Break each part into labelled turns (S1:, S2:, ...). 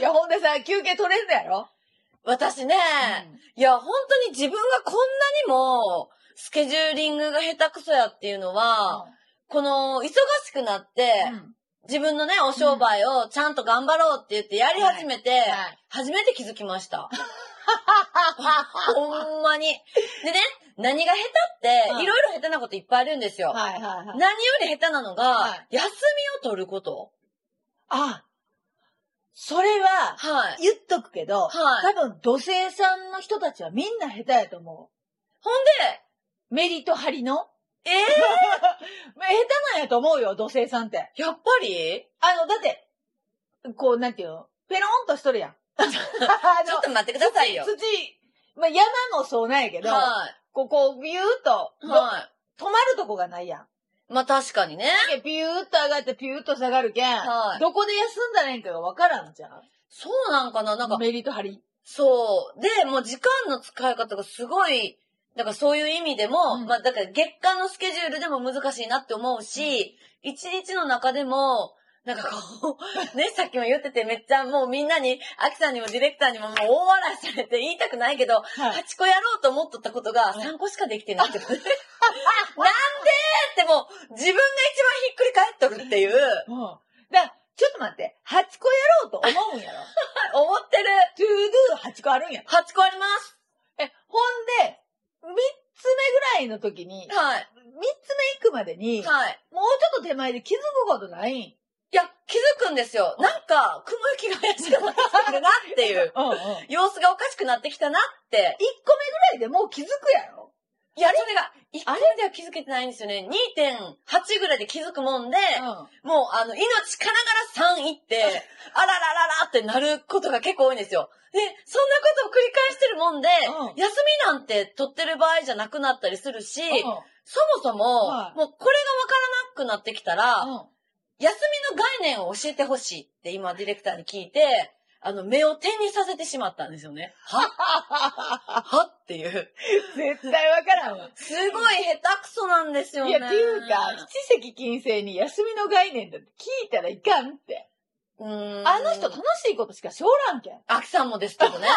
S1: らほんでさ、休憩取れるのやろ
S2: 私ね、いや、本当に自分がこんなにも、スケジューリングが下手くそやっていうのは、この、忙しくなって、
S1: うんうん
S2: 自分のね、お商売をちゃんと頑張ろうって言ってやり始めて、
S1: はい
S2: 初めて気づきました。ほんまに。でね、何が下手っ
S1: は
S2: て、
S1: い
S2: いろいろ下手なこといっぱいあるんですよ。
S1: はいはいはい。
S2: 何より下手なのが、
S1: は
S2: 休みを取ること。
S1: あ、それは、
S2: はい。
S1: 言っとくけど、
S2: はい。
S1: 多分、土星さんの人たちはみんな下手やと思
S2: ほん
S1: う。メリット張りの。
S2: で、え
S1: まあ下手なんやと思うよ、土星さんって。
S2: ー、やっぱり
S1: あの、だって、こう、なんていうのペロンとしとる やん。あ
S2: ちょっと待ってくださいよ。
S1: 土、まあ、山もそうなんやけど、
S2: は
S1: ここ、ビューっと、
S2: い。
S1: ど
S2: は
S1: 止まるとこがないやん。
S2: い。まあ確かにね。
S1: だけどビューっと上がって、ピューっと下がるけん、
S2: はい。
S1: どこで休んだらええんかがわからんじゃん。
S2: そうなんかななんか、
S1: メリット張り。
S2: そう。で、もう時間の使い方がすごい、だからそういう意味でも、
S1: うん
S2: まあだから月間のスケジュールでも難しいなって思うし、一、日の中でも、なんかこう、 ね、さっきも言っててめっちゃもうみんなに、アキさんにもディレクターにももう大笑いされて言いたくないけど、
S1: は。
S2: 8個やろうと思っとったことが
S1: はい
S2: 3個しかできてないって ことね。なんでってもう自分が一番ひっくり返っとるっていう、
S1: うん。だからちょっと待って、8個やろうと思うんやろ。
S2: 思ってる。
S1: トゥードゥ8個あるんやろ。
S2: 8個あります。
S1: え、ほんで、3つ目ぐらいの時に、
S2: はい。
S1: 3つ目行くまでに、
S2: はい。
S1: もうちょっと手前で気づくことないん
S2: いや、気づくんですよ。なんか、雲行きが怪しくなってきるなって いう。
S1: うんうん。1個
S2: 様子がおかしくなってきたなって。
S1: 目ぐらいでもう気づくやろ
S2: いや、それが、一個では気づけてないんですよね。2.8ぐらいで気づくもんで、
S1: うん。
S2: もう、あの、命からがら3いって、あららららってなることが結構多いんですよ。で、そんなことを繰り返してるもんで、
S1: うん
S2: 休みなんて取ってる場合じゃなくなったりするし、そもそも、
S1: はい
S2: もうこれがわからなくなってきたら、
S1: うん。
S2: 休みの概念を教えてほしいって今ディレクターに聞いて、あの、目を点にさせてしまったんですよね。は はっていう。
S1: 絶対わからんわ。
S2: すごい下手くそなんですよ
S1: い
S2: ね。
S1: や、っていうか、七石金星に休みの概念だって聞いたらいかんって。
S2: うーん。
S1: あの人楽しいことしかしょうらんけん。
S2: アキさんもですけ どね。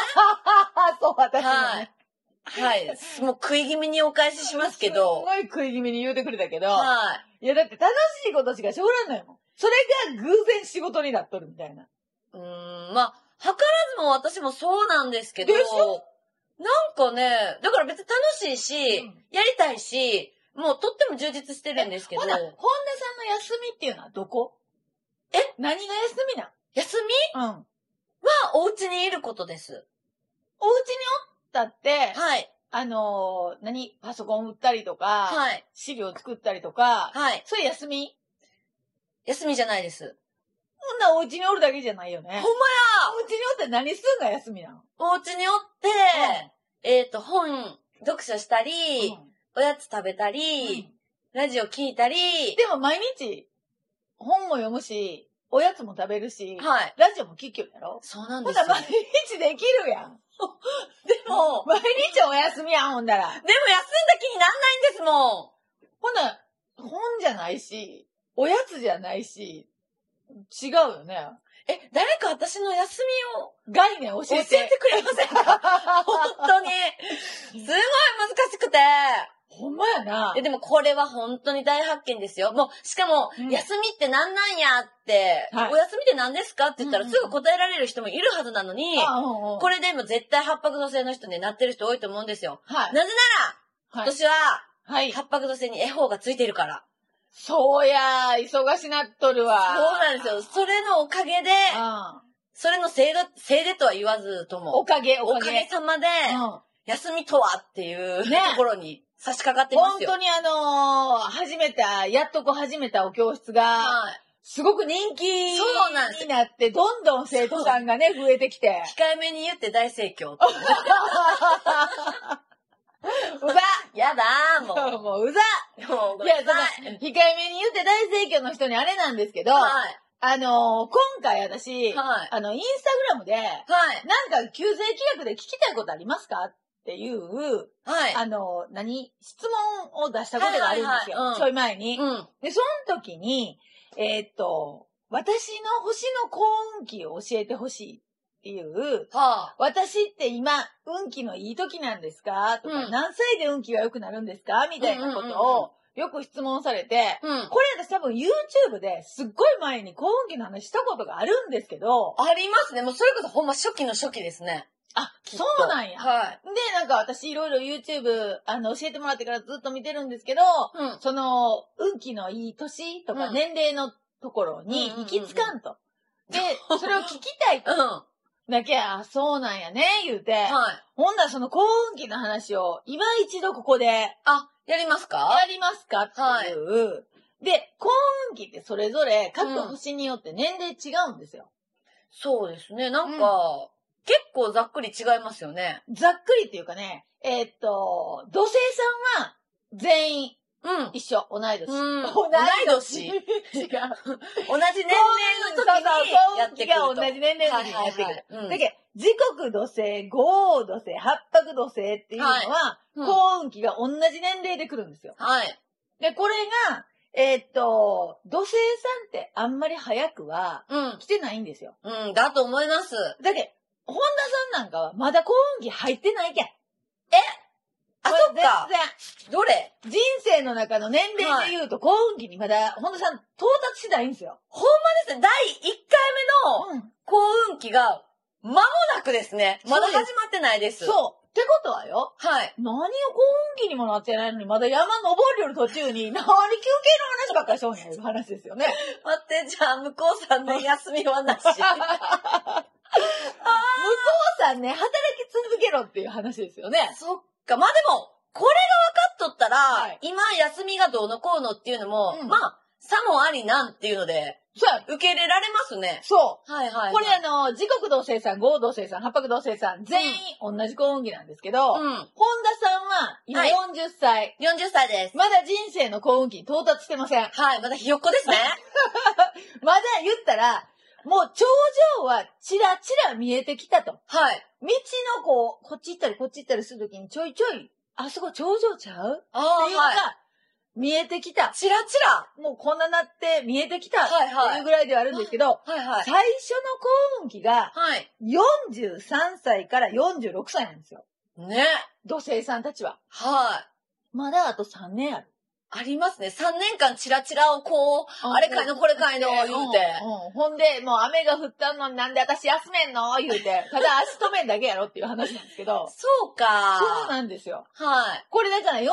S1: そう、私もね。
S2: はい。はい。もう食い気味にお返ししますけ
S1: す
S2: ど。
S1: ごい食い気味に言うてくれたけど、、
S2: はい
S1: やだって楽しいことしかしょうらんのよもん。それが偶然仕事になっとるみたいな。
S2: い。うーん、まあ、図らずも私もそうなんですけど。
S1: でしょ
S2: なんかね、だから別に楽しいし、
S1: うん
S2: やりたいし、もうとっても充実してるんですけど。
S1: ほな、本田さんの休みっていうのはどこえ何が休みな
S2: 休み
S1: んうん。
S2: はお家にいることです。
S1: お家におったって、
S2: はい。
S1: あのー何パソコン売ったりとか、
S2: はい。
S1: 資料作ったりとか、
S2: はい。
S1: それ休み
S2: 休みじゃないです。
S1: こんなお家におるだけじゃないよね。
S2: ほんまや
S1: お家におって何すんが休みなの
S2: お家におって、えっ、と、本、読書したり、
S1: うん
S2: おやつ食べた
S1: うん
S2: り、ラジオ聞いたり、
S1: でも毎日、本も読むし、おやつも食べるし、
S2: はい。
S1: ラジオも聞きよるやろ
S2: そうなん
S1: ほ
S2: で
S1: ん
S2: す
S1: なら
S2: よ。
S1: 毎日できるやん。
S2: でも、
S1: 毎日お休みやん、ほんだら。
S2: でも休んだ気になんないんですもん。
S1: ほんなら、本じゃないし、おやつじゃないし、違うよね。
S2: え、誰か私の休みを
S1: 概念教
S2: 教え
S1: え
S2: て
S1: て。
S2: くれませんか 本当に。 すごい難しくて。
S1: ほんまやな。
S2: え、でもこれは本当に大発見ですよ。もう、しかも、
S1: うん
S2: 休みって何なんやって、
S1: はい
S2: お休みって何ですかって言ったら
S1: うん
S2: す
S1: うんうん
S2: ぐ答えられる人もいるはずなのに、
S1: あうんうん
S2: これでも絶対八白土星の人になってる人多いと思うんですよ。
S1: はい。
S2: なぜな
S1: は
S2: ら、今
S1: い。
S2: 年は
S1: はい。
S2: 八白土星に絵法がついてるから。
S1: そうやー、忙しなっとるわ。
S2: そうなんですよ。それのおかげで、
S1: うん。
S2: それのせいで、せいでとは言わずと
S1: お
S2: も、
S1: かげ、お
S2: お
S1: か
S2: かげ
S1: げ。
S2: さまで、
S1: うん。
S2: 休みとはっていう、
S1: ね
S2: ところに差し掛かってま
S1: 本
S2: すよ。
S1: 当にあのー、始めた、やっとこう始めたお教室が、
S2: はい。
S1: すごく人気に
S2: そうなんですよ
S1: なって、どんどん生徒さんがね、増えてき て。
S2: 控えめに言って大盛況。
S1: う
S2: やだー、もう。
S1: ざもううざ
S2: もうご
S1: い
S2: め
S1: や、
S2: ん
S1: だ
S2: な
S1: か
S2: さい。
S1: ら、控えめに言って大盛況の人にあれなんですけど、あ
S2: はい。
S1: のー今回私、
S2: はい。
S1: あの、インスタグラムで、
S2: はい。
S1: なんか、旧税規約で聞きたいことありますかっていう、
S2: はい。
S1: あのー何質問を出したことがあるんですよ。
S2: はいはいはいうん
S1: ちょい前に。
S2: うん。
S1: で、その時に、えーっと、私の星の幸運期を教えてほしいっいう、
S2: はあ。
S1: 私って今、運気のいい時なんですかとか、
S2: うん
S1: 何歳で運気が良くなるんですかみたいなこ
S2: うんうん
S1: とを、よく質問されて、
S2: うん。
S1: これ私多分 YouTube ですっごい前に幸運期の話したことがあるんですけど、
S2: ありますね。もうそれこそほんま初期の初期ですね。
S1: あ、
S2: きっと
S1: そうなんや。
S2: はい。
S1: で、なんか私いろいろ YouTube、あの、教えてもらってからずっと見てるんですけど、
S2: うん。
S1: その、運気のいい年とか
S2: うん
S1: 年齢のところに行きつかん と。で、それを聞きたいと。
S2: うん。は
S1: だけ、あ、そうなんやね、言うて。
S2: い。
S1: ほんならその幸運期の話を、今一度ここで、や
S2: あ、やりますか
S1: りますかっていう。で、幸運期ってそれぞれ、各星によって年齢違うんですよ。
S2: そうですね。なんか、結構ざっくり違いますよね。
S1: ざっくりっていうかね、えーっと、土星さんは、全員
S2: うん。
S1: 一緒、同い年。
S2: うん
S1: 同い年。
S2: 同
S1: 違う。 年齢
S2: 同じ年
S1: の時
S2: 齢の時にやってくると。
S1: が同じ年齢の時にやってくる。
S2: る
S1: だけど、時刻土星、豪雨土星、八白土星っていうのは、
S2: うん
S1: 幸運期が同じ年齢で来るんですよ。
S2: はい。
S1: で、これが、えーっと、土星さんってあんまり早くは
S2: うん。
S1: 来てないんですよ。
S2: うん。だと思います。
S1: だけど、本田さんなんかはまだ幸運期入ってないけん。え
S2: あそっかどれ
S1: 全然、人生の中の年齢で言うと幸運期にまだ本田さん到達してないんですよ。
S2: ですね第1回目の
S1: うん。
S2: 幸運期が、間もなくですね。まだ
S1: そう
S2: 始
S1: で
S2: ますってないです。う。
S1: そう。ってことはよ、
S2: はい。
S1: 何を幸運期にもなってないのに、まだ山登りよる途中に、何休憩の話ばっかりしょんやいう話ですよね。
S2: 待って、じゃあ、向こうさんの休みはなし。
S1: お父さんね、働き続けろっていう話ですよね。
S2: そっか。まあでも、これが分かっとったら、
S1: はい
S2: 今休みがどうのこうのっていうのも、
S1: うん
S2: まあ、さもありなんっていうので、
S1: そうや
S2: 受け入れられますね。
S1: そう。
S2: はいはい、はい。
S1: これあの、時刻同生産、合同生産、八白同生産、全員同じ幸運期なんですけど、
S2: う
S1: 本
S2: ん。
S1: 田さんは今
S2: はい
S1: 40歳、
S2: 40歳です。
S1: まだ人生の幸運期に到達してません。
S2: はい、まだひよっ こですね。
S1: まだ言ったら、もう頂上はチラチラ見えてきたと。
S2: はい。
S1: 道のこう、こっち行ったりこっち行ったりするときにちょいちょい、あそこ頂上ちゃう
S2: ああ、
S1: っていうの
S2: はい。
S1: が見えてきた。
S2: チラチラ。
S1: もうこんななって見えてきたっ
S2: はい
S1: て。
S2: はいいう
S1: ぐらいではあるんですけど、
S2: はいは
S1: 最
S2: い。
S1: 初の幸運期が
S2: はい。
S1: 43歳から46歳なんですよ。
S2: ね。
S1: 土星さんたちは。
S2: はい。
S1: まだあと3年ある。
S2: ありますね。3年間チラチラをこう、あれかいのこれかいの、言うて。。
S1: うんうんほんで、もう雨が降ったのになんで私休めんの言うて。ただ足止めんだけやろっていう話なんですけど
S2: そうか。
S1: そうなんですよ。
S2: はい。
S1: これだから43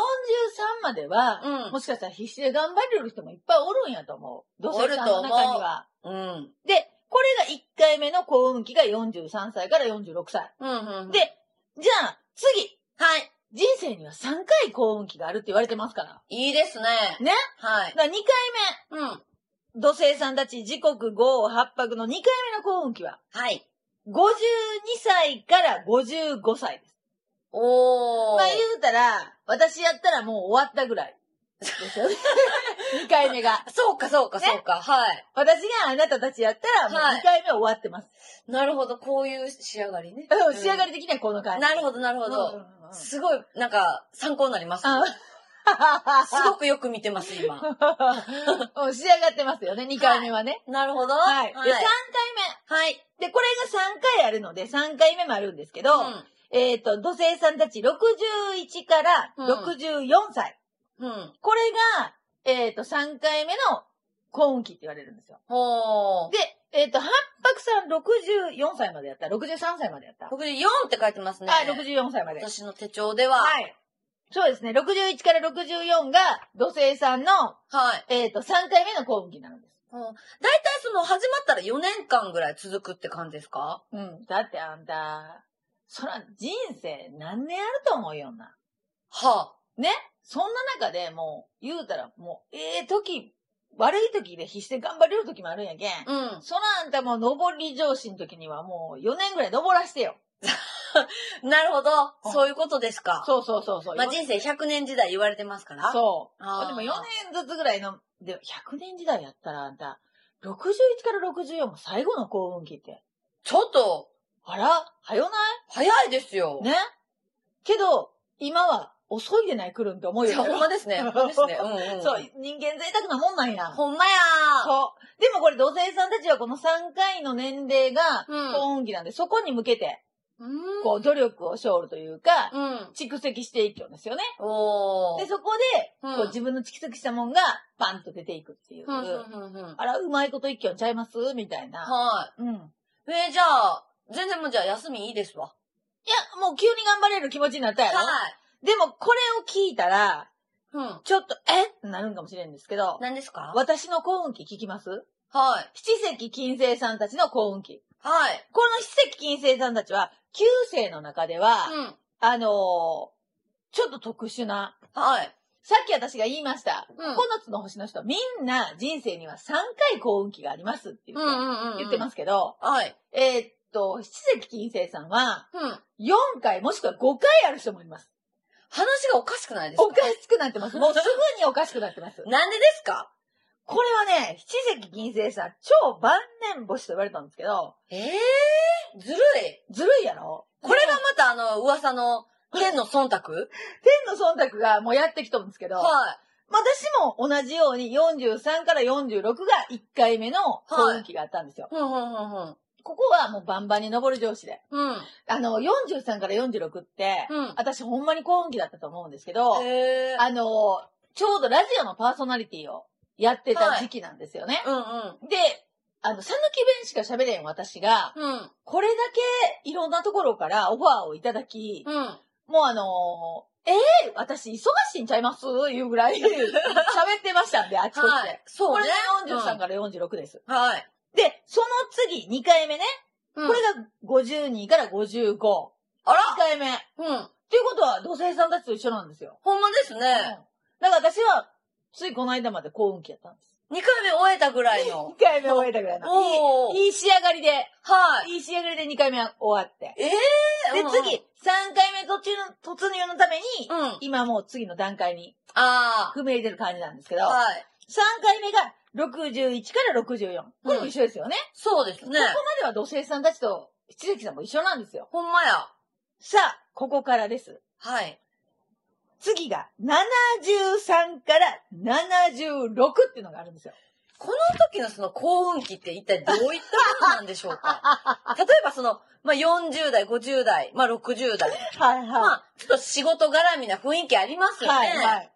S1: までは、
S2: うん
S1: もしかしたら必死で頑張れる人もいっぱいおるんやと思う。土
S2: お
S1: 星
S2: る
S1: さん
S2: と
S1: の
S2: 思う
S1: 中には。
S2: うん。
S1: で、これが1回目の幸運期が43歳から46歳。
S2: うん、うん。
S1: で、、じゃあ次、
S2: はい。
S1: 人生には3回幸運期があるって言われてますから。
S2: いいですね。
S1: ね
S2: はい
S1: だ。から2回
S2: うん。
S1: 目、土星さんたち時刻5、8泊の2回目の幸運期は、
S2: はい。
S1: 52歳から55歳です。
S2: おー。
S1: まあ言うたら、私やったらもう終わったぐらい。ですよね。2回目が。
S2: そうか、そうか、
S1: ね
S2: そうか。はい。
S1: 私があなたたちやったら、もう
S2: はい
S1: 2回目終わってます。
S2: なるほど、こういう仕上がりね。
S1: うん仕上がり的にはこの感
S2: うん
S1: じ。
S2: なる
S1: ほ
S2: ほど、なるほ
S1: うん
S2: ど。
S1: うん うん
S2: すごい、なんか、参考になります。
S1: あ
S2: すごくよく見てます、今。
S1: うん仕上がってますよね、2回目はね。
S2: なるほど。
S1: はい。
S2: は
S1: で、3回
S2: い。はい。
S1: 目。で、これが3回あるので、3回目もあるんですけど、えっ、と、土星さんたち61から64歳。
S2: うん。うん。
S1: これが、えっ、と、3回目の幸運期って言われるんですよ。
S2: ほー
S1: で。、えっ、と、八白さん64歳までやった。63歳までやった。
S2: 僕で4って書いてますね。
S1: あ、64歳まで。
S2: 私の手帳では。はい。
S1: はい。そうですね。61から64が土星さんの、えっ、と、3回目の幸運期なんです。
S2: うん大体その、始まったら4年間ぐらい続くって感じですか
S1: うん。だってあんた、そら人生何年あると思うよんな。
S2: は
S1: そんな中でもう、言うたらもう、ええ時、悪い時で必死で頑張れる時もあるんやけん。
S2: あ。うん。
S1: そらあんたもう上り上司の時にはもう4年ぐらい登らしてよ。
S2: なるほ
S1: う
S2: ど。
S1: ん
S2: そういうことですか。
S1: そうそうそうそう。
S2: まあ、人生100年時代言われてますから。う。
S1: そう。
S2: あー
S1: でも4年ずつぐらいの、で、100年時代やったらあんた、61から64も最後の幸運期って。
S2: ちょっと、
S1: あら、はよな
S2: 早いですよ。
S1: いねけど、今は遅いでない来るんって思う
S2: いや、
S1: よ
S2: ほんまですね。ほんまですね。うん、う ん。
S1: そう、人間贅沢なもんなんや。
S2: ほんまや
S1: そう。でもこれ、土星さんたちはこの3回の年齢が、
S2: うん
S1: 幸運期なんで、そこに向けて、
S2: ーうん。
S1: こう、努力を勝るというか、
S2: うん。
S1: 蓄積していくんですよね。
S2: おー。
S1: で、そこで、
S2: うん
S1: こう、自分の蓄積したもんが、パンと出ていくっていう。
S2: うん、うん、うん、うん。
S1: あら、うまいこと一挙ちゃいますみたいな。
S2: は
S1: うん。いや、
S2: い。えー、じゃあ、全然もうじゃあ休みいいですわ。
S1: もう急に頑張れる気持ちになったやろ
S2: はい。
S1: でも、これを聞いたら、
S2: うん。
S1: ちょっと、えってなるんかもしれんですけど、
S2: 何ですか
S1: 私の幸運期聞きます
S2: はい。
S1: 七石金星さんたちの幸運期。
S2: はい。
S1: この七石金星さんたちは、九世の中では、
S2: うん。
S1: あのーちょっと特殊な、
S2: はい。
S1: さっき私が言いました、
S2: うん
S1: 9つの星の人、みんな人生には3回幸運期がありますって言って,、
S2: うん、うん、うん。。
S1: 言ってますすけど、
S2: はい。
S1: えーっと、七石金星さんは、
S2: うん。話
S1: 4回もしくは5回ある人もいます。
S2: がおかしくないですか
S1: おかしくなって ます。もうすぐにおかしくなってます。
S2: なんでですか
S1: これはね、七石金星さん、超万年星と言われたんですけど、
S2: ええー、ずるい。
S1: ずるいやろ
S2: これがまたあの、噂の、天の忖度
S1: 天の忖度がもうやってきとるんですけど、
S2: は
S1: まあ私も同じように43から46が1回目の幸運期があったんですよ。
S2: い。うん、うん、うん、
S1: ここはもうバンバンに上る上司で。
S2: うん。うん。
S1: あの、43から46って、
S2: うん。
S1: 私ほんまに幸運期だったと思うんですけど、
S2: へえ。
S1: あの、ちょうどラジオのパーソナリティをやってた時期なんですよね。
S2: うん、うん。
S1: で、あの、さぬき弁しか喋れん私が、
S2: うん。
S1: これだけいろんなところからオファーをいただき、
S2: うん。
S1: もうあのーええ私忙しいんちゃいますいうぐら い喋ってましたんで、あちこちで。
S2: はい。そ
S1: こ
S2: う
S1: れ
S2: ね。
S1: が43から46です。
S2: はい。
S1: で、その次、2回目ね。
S2: こ
S1: これが52から55。
S2: あら
S1: 2回目。っ
S2: うん。
S1: ていうことは、土星さんたちと一緒なんですよ。
S2: ほんまです
S1: うん
S2: ね。
S1: だから私は、ついこの間まで幸運期やったんです。
S2: 2回目終えたぐらいの
S1: 2 。回目終えたぐらいの。
S2: おお
S1: いいいい仕上がりで、
S2: はい。
S1: いい仕上がりで2回目終わって。
S2: ええ
S1: で、次、3回目途中の突入のために、
S2: うん。うん。
S1: 今もう次の段階に
S2: あ
S1: 踏み入れてる感じなんですけ
S2: あ。
S1: ど、
S2: はい。
S1: 3回目が61から64。これも一緒ですよね。
S2: そうですね
S1: こ。こまでは土星さんたちと七関さんも一緒なんですよ。
S2: ほんまや。
S1: さあ、ここからです。
S2: はい。
S1: 次が73から76っていうのがあるんですよ。
S2: この時のその幸運期って一体どういったものなんでしょう か例えばその、まあ、40代、50代、まあ、60代。
S1: はい
S2: ま
S1: は
S2: あ、ちょっと仕事絡みな雰囲気あります
S1: い。
S2: よね。
S1: はいはい。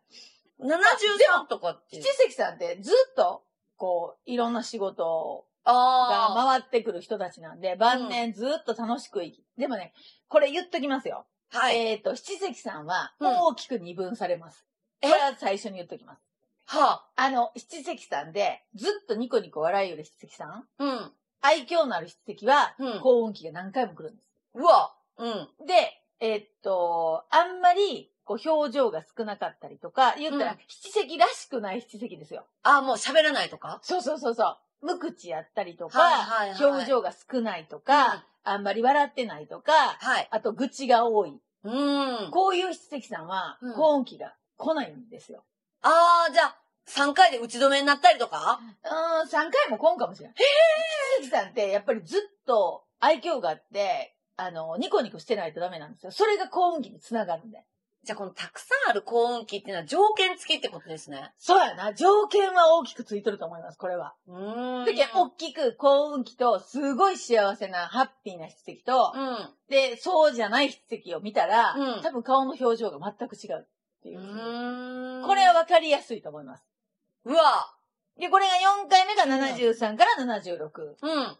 S2: 73とかっていう
S1: 七。関さんってずっと、こう、いろんな仕事が
S2: あ
S1: 回ってくる人たちなんで、晩年ずっと楽しく生き、でもね、これ言っときますよ。
S2: あ。はい。
S1: えっ、と、七関さんは
S2: うん
S1: 大きく二分されます。
S2: え
S1: これは最初に言っときます。
S2: は
S1: あの、七関さんで、ずっとニコニコ笑いよる七関さん、
S2: あ。うん。
S1: 愛嬌のある七関は、
S2: うん
S1: 幸運期が何回も来るんです。
S2: うわ。うん。
S1: で、えっと、あんまり、こう、表情が少なかったりとか、言ったら、
S2: うん
S1: 七関らしくない七関ですよ。
S2: ああ、もう喋らないとか
S1: そうそうそうそう。無口やったりとか、
S2: はいはいはい
S1: 表情が少ないとか、
S2: うん
S1: あんまり笑ってないとか、
S2: はい。
S1: あと、愚痴が多い。
S2: うん。
S1: こういう七関さんは
S2: うん、
S1: 幸運期が来ないんですよ。
S2: ああ、じゃあ、3回で打ち止めになったりとか
S1: うーん、3回も来んかもしれない。七関さんって、やっぱりずっと愛嬌があって、あの、ニコニコしてないとダメなんですよ。それが幸運期につながるんで。
S2: じゃあ、このたくさんある幸運期っていうのは条件付きってことですね。
S1: そうやな。条件は大きくついとると思います、これは。
S2: うーん。
S1: だけど、大きく幸運期と、すごい幸せな、ハッピーな筆跡と、
S2: うん。
S1: で、そうじゃない筆跡を見たら、
S2: うん
S1: 多分顔の表情が全く違うっていうう。
S2: ーん。
S1: これは、分かりやすいと思います。
S2: うわ。
S1: で、これが4回目が73から76。
S2: うん。
S1: ね、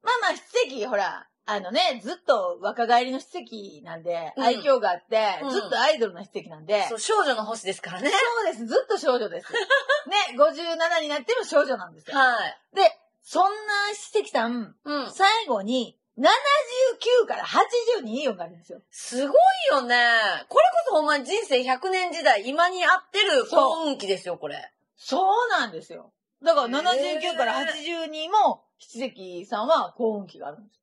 S1: まあまあ、筆跡、ほら、あのね、ずっと若返りの筆跡なんで、
S2: うん
S1: 愛嬌があって、
S2: うん
S1: ずっとアイドルの筆跡なんで、
S2: そう、少女の星ですからね。
S1: そうです、ずっと少女 です。ね、57になっても少女なんですよ。
S2: はい。
S1: で、そんな筆跡さん、
S2: うん。
S1: 最後に、79から80にいい音があるんですよ。
S2: すごいよね。これこそほんまに人生100年時代、今に合ってる幸運期ですよ、これ。
S1: そうなんですよ。だから
S2: へー
S1: 79から82も、七関さんは幸運期がある んです。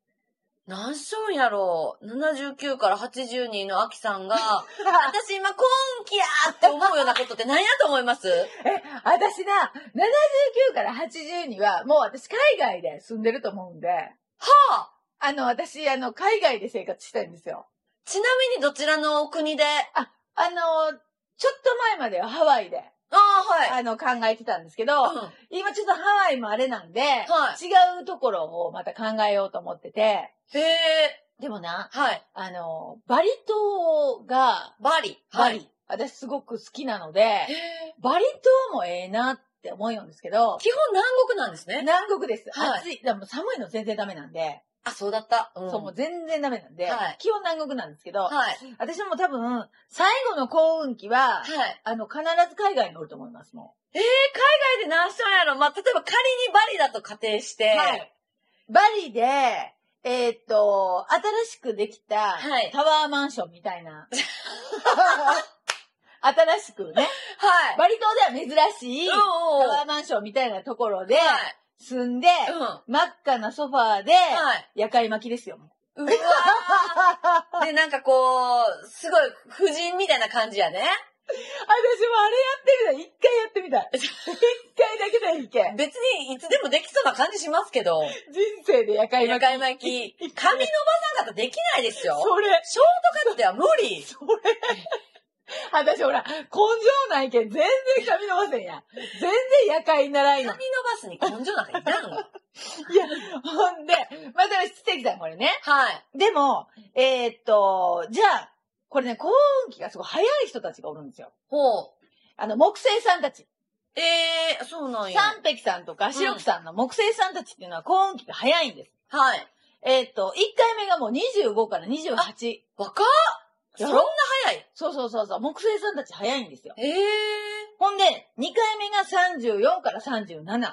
S2: 何章やろう ?79 から82の秋さん が、私今幸運期やーって思うようなことって何やと思います
S1: 私な、79から82は、もう私海外で住んでると思うんで、
S2: はあ
S1: あの、私、あの、海外で生活したいんですよ。
S2: ちなみにどちらのお国で
S1: ああの、ちょっと前まではハワイで、
S2: ああ、
S1: あの、考えてたんですけど、
S2: はい。うん
S1: 今ちょっとハワイもあれなんで、
S2: はい
S1: 違うところをまた考えようと思ってて、
S2: へえ、
S1: でもな、
S2: はい。
S1: あの、バリ島が、
S2: バリ。
S1: バ
S2: は
S1: リ、
S2: い。
S1: 私すごく好きなので
S2: へ、え
S1: バリ島もええなって思うんですけど、
S2: 基本南国なんですね。
S1: 南国です。
S2: はい
S1: 暑い。でも寒いの全然ダメなんで、
S2: あ、そうだった。うん
S1: そう、もう全然ダメなんで、
S2: はい
S1: 基本南国なんですけど、
S2: はい。
S1: 私も多分、最後の幸運期は、
S2: はい。
S1: あの、必ず海外におると思います、も
S2: えー、海外で何しとんやろまあ、例えば仮にバリだと仮定して。
S1: う。はい。バリで、えーっと、新しくできた
S2: はい、
S1: タワーマンションみたい な。新しくね。
S2: はい。
S1: バリ島では珍しい、
S2: うん
S1: タ
S2: うんうん
S1: ワーマンションみたいなところで、
S2: はい。
S1: 住んで、
S2: うん。は
S1: 真っ赤なソファーで、夜会巻きですよ。もう
S2: い。うわーで、なんかこう、すごい、夫人みたいな感じやね。
S1: 私もあれやってみたい。一回やってみた い。一回だけでいいけん。
S2: 別にいつでもできそうな感じしますけど。
S1: 人生で夜会巻
S2: 夜
S1: き。
S2: 会巻き。髪伸ばさなかったらできないですよ。
S1: それ、
S2: ショートカットでは無理。
S1: それ。私ほら、根性ないけん、全然髪伸ばせんやん。全然夜会にならん
S2: 髪
S1: や
S2: 伸
S1: ん。
S2: ばすに根性なんかいらんわ。
S1: いや、ほんで、また私、てきたん、これね。
S2: はい。
S1: でも、えーっと、じゃあ、これね、幸運期がすごい早い人たちがおるんですよ。
S2: ほ
S1: あの、木星さんたち。
S2: う。えー、そうなんや。
S1: 三匹さんとか、四六さんの木星さんたちっていうのは幸運期が早いんです。
S2: はい。
S1: えーっと、1回目がもう25から28。
S2: 若っそ
S1: や
S2: ん
S1: ろ
S2: な早い。
S1: そうそうそうそう、木星さんたち早いんですよ。
S2: ええ
S1: ほんで、2回目が34から37。
S2: は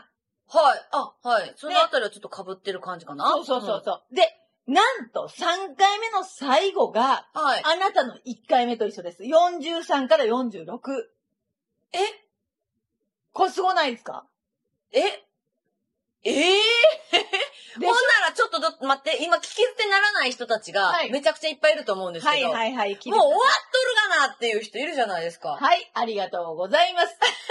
S2: い。あ、はい。そ
S1: ね
S2: のあたりはちょっと被ってる感じかな。
S1: そうそうそうそう。で、なんと3回目の最後が、
S2: うん。はい。
S1: あなたの1回目と一緒です。43から46。
S2: え
S1: これすごないですか
S2: えええ
S1: で
S2: ほんならちょっとど、待って、今聞き捨てならない人たちが
S1: は、い
S2: めちゃくちゃいっぱいいると思うんです
S1: は
S2: け
S1: い
S2: ど、
S1: はいはい。聞いてく
S2: もう
S1: だ
S2: 終
S1: さい
S2: わっとるがなっていう人いるじゃないですか。
S1: はい、ありがとうございます。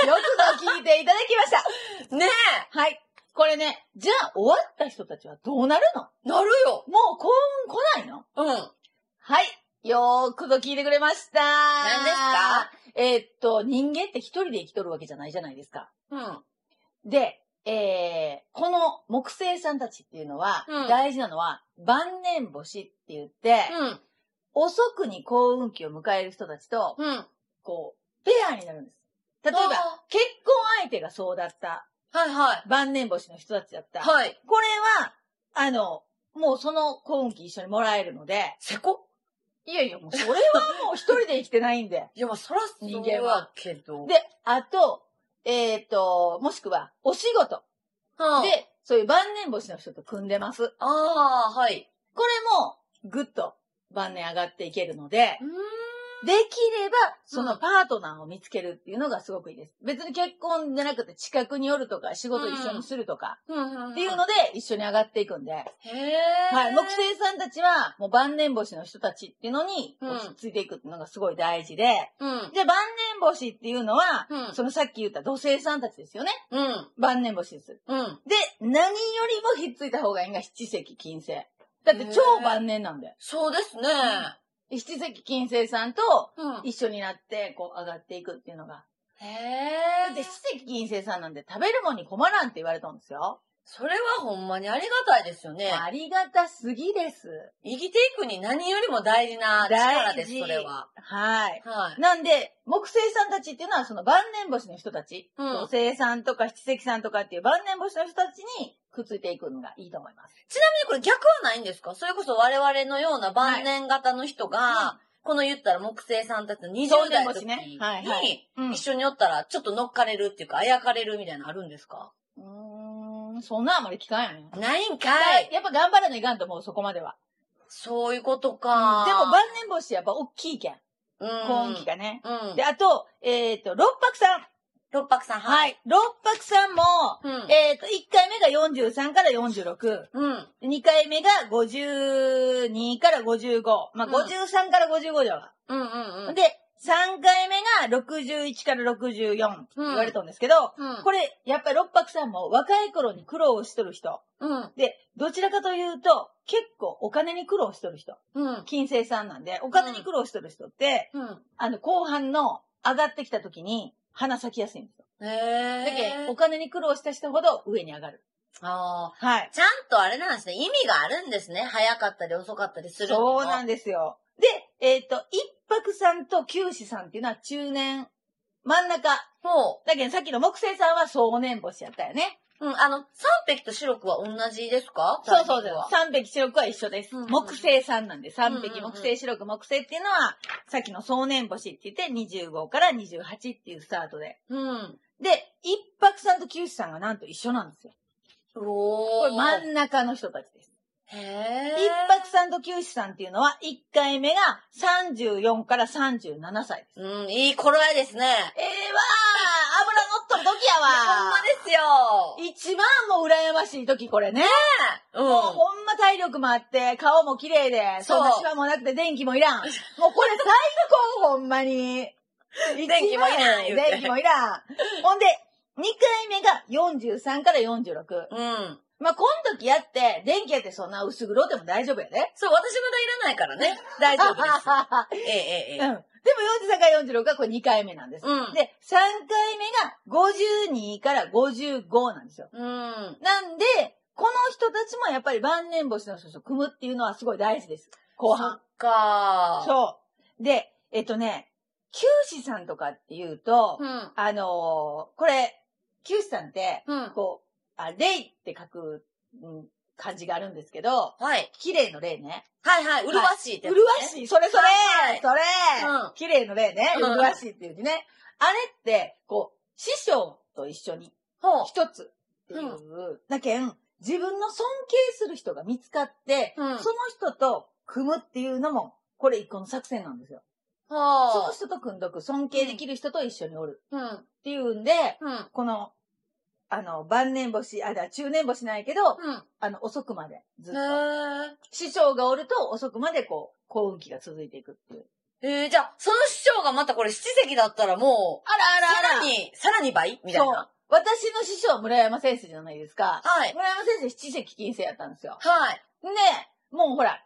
S1: よくぞ聞いていただきました。
S2: ね
S1: はい。これね、じゃあ終わった人たちはどうなるの
S2: えなるよ
S1: もう幸運来ないの
S2: うん。
S1: はい。よーくぞ聞いてくれました。
S2: 何ですか
S1: えーっと、人間って一人で生きとるわけじゃないじゃないですか。
S2: うん。
S1: で、えー、この木星さんたちっていうのは、
S2: うん
S1: 大事なのは、晩年星って言って、
S2: うん。
S1: 遅くに幸運期を迎える人たちと、
S2: うん。
S1: こう、ペアになるんです。例えば、
S2: あ
S1: 結婚相手がそうだった、
S2: ーはいはい。
S1: 晩年星の人たちだった。
S2: はい。
S1: これは、あの、もうその幸運期一緒にもらえるので、
S2: せこ
S1: いやいや、もうそれはもう一人で生きてないんで。
S2: いや、まあ、そらそう
S1: 人間は
S2: やけど。
S1: で、あと、えっ、と、もしくは、お仕事
S2: うん、
S1: で、そういう晩年星の人と組んでます。
S2: ああ、はい。
S1: これも、ぐっと晩年上がっていけるので
S2: う、ーん。
S1: できれば、そのパートナーを見つけるっていうのがすごくいいです。別に結婚じゃなくて、近くに寄るとか、仕事一緒にするとか、
S2: っ
S1: っていうので、一緒に上がっていくんで、は
S2: へえ。
S1: い、木星さんたちは、もう晩年星の人たちっていうのに、こう
S2: うん
S1: ひっついていくっていうのがすごい大事で、
S2: うん。
S1: で、晩年星っていうのは、
S2: うん
S1: そのさっき言った土星さんたちですよね。
S2: うん。
S1: 晩年星です。
S2: うん。
S1: で、何よりもひっついた方がいいのが七石金星。だって超晩年なんだよ。
S2: そうですね。
S1: 七石金星さんと
S2: うん。
S1: 一緒になって、こう上がっていくっていうのが。
S2: へ
S1: だっ
S2: え
S1: て。七石金星さんなんで食べるもんに困らんって言われたんですよ。
S2: それはほんまにありがたいですよね。
S1: ありがたすぎです。
S2: 生きていくに何よりも大事な力です、
S1: 大事
S2: それは。
S1: はい。
S2: はい。
S1: なんで、木星さんたちっていうのはその晩年星の人たち、
S2: うん
S1: 土星さんとか七石さんとかっていう晩年星の人たちにくっついていくのがいいと思います。
S2: これ逆はないんですかそれこそ我々のような晩年型の人が、
S1: は
S2: この言ったら木星さんたちの
S1: そう
S2: 20
S1: で
S2: 代
S1: も
S2: の
S1: し
S2: 時
S1: ね
S2: に、
S1: はいはうん
S2: 一緒におったらちょっと乗っかれるっていうか、あやかれるみたいなのあるんですか
S1: うーん、そんなんあまり聞かんよね。
S2: ないんかい。
S1: やっぱ頑張らないかんと思う、そこまでは。
S2: そういうこと
S1: で
S2: か。
S1: も晩年星やっぱ大きいけん。
S2: うん、
S1: 幸運期がね。
S2: うん。
S1: で、あと、えっ、と、六白さん。
S2: 六白さん、
S1: は
S2: はい。
S1: い。六白さんも、
S2: うん。
S1: えっ、と、1回目が43から46。
S2: うん。
S1: 2回目が52から55。まあ、
S2: うん
S1: 53から55では。
S2: うんうんうん。
S1: で、 3回目が61から64って言われたんですけど、
S2: うん。
S1: これ、やっぱり六白さんも若い頃に苦労をしとる人。
S2: うん。
S1: で、どちらかというと、結構お金に苦労しとる人。
S2: うん。
S1: 金星さんなんで、お金に苦労しとる人って、
S2: うん。
S1: あの、後半の上がってきた時に、花咲きやすいんですよ。
S2: へ
S1: だ
S2: え
S1: けど、お金に苦労した人ほど上に上がる。
S2: ああ。
S1: はい。
S2: ちゃんとあれなんですね。意味があるんですね。早かったり遅かったりするのも。
S1: そうなん
S2: で
S1: ですよ。で、えっ、と、一泊さんと九死さんっていうのは中年、真ん中。
S2: ほ
S1: だけどさっきの木星さんは総年星やったよね。
S2: う。うん。あの、三匹と四六は同じですか
S1: そうそうそう。
S2: タ
S1: 三匹白くは一緒です。
S2: うんうん
S1: 木星さんなんで、三匹
S2: うんうんうん
S1: 木星白く木星っていうのは、さっきの総年星って言って25から28っていうスタートで。
S2: イミングはうん。
S1: で、一泊さんと九死さんがなんと一緒なんですよ。
S2: お
S1: こ
S2: ー。
S1: れ真ん中の人たちです。
S2: へえ。
S1: 一泊さんと九死さんっていうのは、1回目が34から37歳です。
S2: うん、いい頃合いです
S1: ええ
S2: ね。
S1: わー油乗っとる時やわー
S2: ほんまですよ。
S1: 一番もう羨ましい時これね。
S2: う
S1: もうほんま体力もあって、顔も綺麗で、
S2: そう
S1: そんなシワもなくて電気もいらん。もうこれ最高、ほんまに。
S2: ん。 電気もいらん
S1: 一
S2: 言う
S1: 番
S2: て。
S1: 電気もいらん。ほんで、2回目が43から46。
S2: うん。
S1: まあ、この時やって、電気やってそんな薄黒でも大丈夫やね。
S2: そう、私の代いらないからね。大丈夫 です。えええ
S1: うん。で
S2: えええ。
S1: も43から46がこれ2回目なんです。
S2: うん
S1: で、3回目が52から55なんですよ。
S2: うん。
S1: なんで、この人たちもやっぱり晩年星の人と組むっていうのはすごい大事です。後
S2: そ
S1: 半
S2: っ。か
S1: そう。で、えっとね、九死さんとかっていうと、
S2: うん。
S1: あのーこれ、九死さんって、
S2: うん。
S1: こう、あ、霊って書く、うん、漢字があるんですけど、
S2: はい。
S1: 綺麗の霊ね。
S2: はいはい。麗しいってやつね。
S1: 麗しい、それそれ、
S2: はい
S1: それ、
S2: うん
S1: 綺麗の霊ね。
S2: うん
S1: 麗しいっていう字ね。あれって、こう、師匠と一緒に
S2: ほう。
S1: 一つっていう。だけん、自分の尊敬する人が見つかって、
S2: うん
S1: その人と組むっていうのも、これ一個の作戦なんですよ。そ
S2: ほ
S1: の人と組んどく、尊敬できる人と一緒におる
S2: う。うん。
S1: っていうんで、
S2: うん。
S1: この、あの、晩年星、あ、だ中年星なんやけど、
S2: うん。
S1: あの、遅くまで、ずっと。
S2: へ
S1: 師匠がおると遅くまでこう、幸運期が続いていくっていう。
S2: え。えー、じゃあ、その師匠がまたこれ七席だったらもう、
S1: あらああ
S2: さらに、さらに倍みたい
S1: そう
S2: な。。
S1: 私の師匠は村山先生じゃないですか。
S2: はい。
S1: 村山先生七石金星やったんですよ。
S2: はい。
S1: ねえ、もうほら、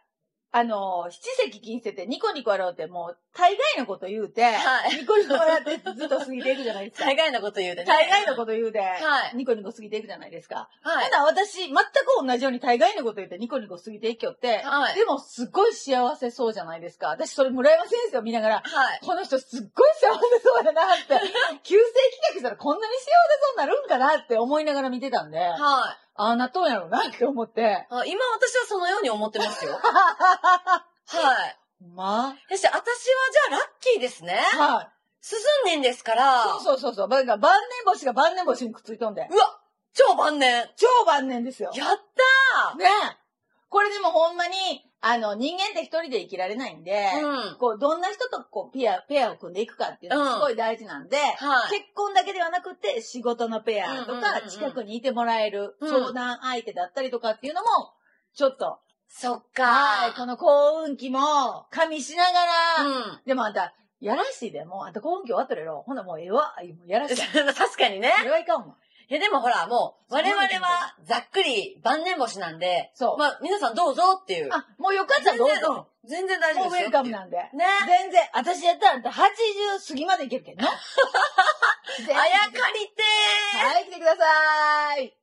S1: あのー七石金星ってニコニコやろうってもう大概のこと言うて、
S2: はい
S1: ニコニコ笑ってずっと過ぎていくじゃないですか。
S2: 大概のこと言うてね。
S1: 大概のこと言うて、
S2: はい
S1: ニコニコ過ぎていくじゃないですか。
S2: と。は
S1: た
S2: い。
S1: だ私、全く同じように大概のこと言ってニコニコ過ぎていきよって、
S2: はい
S1: でもすごい幸せそうじゃないですか。私それ村山先生を見ながら、
S2: はい。
S1: この人すっごい幸せそうだなって、急性企画したらこんなに幸せそうになるんかなって思いながら見てたんで、あ
S2: はい。
S1: あなっとんやろうなって思って、
S2: あ今私はそのように思ってますよ。はい。
S1: まあ、
S2: そして私はじゃあラッキーですね。
S1: はい。
S2: 進んでんですから。
S1: そうそうそうそう。だから晩年星が晩年星にくっついとんで。
S2: うわ超晩年やっ
S1: 超晩年ですよ。ね
S2: た
S1: えこれでもほんまに、あの、人間って一人で生きられないんで、
S2: うん。
S1: こう、どんな人とこう、ペア、ペアを組んでいくかっていうのがすごい大事なんで、
S2: はい。
S1: 結婚だけではなくて、仕事のペア
S2: うん
S1: と
S2: うんうん
S1: か
S2: う、ん
S1: 近くにいてもらえる
S2: うん
S1: 相談相手だったりとかっていうのも、ちょっと、
S2: そっ
S1: はい、
S2: か
S1: この幸運期も、加味しなが
S2: う
S1: ら、
S2: ん。
S1: でもあんた、やらしいで、もうあんた幸運期終わったやろ。ほんならもうええわ、もうやら しい。
S2: 確かにね。
S1: それはいかんわ。
S2: いやでもほら、もう、我々
S1: そうなん
S2: はざっくり晩年星なんで、
S1: そう。
S2: まあ皆さんどうぞっていう。
S1: あ、もうよかったら
S2: 全
S1: どう
S2: 然、う
S1: ぞ。
S2: ん全然大丈
S1: もう
S2: 夫
S1: ウ
S2: で
S1: ェル
S2: すよって
S1: カ
S2: い
S1: ム
S2: う。
S1: なんで。
S2: ね。
S1: 全然、私やったらあんた80過 ぎまでいけるけどな。
S2: あやかりてー
S1: はい、来てください。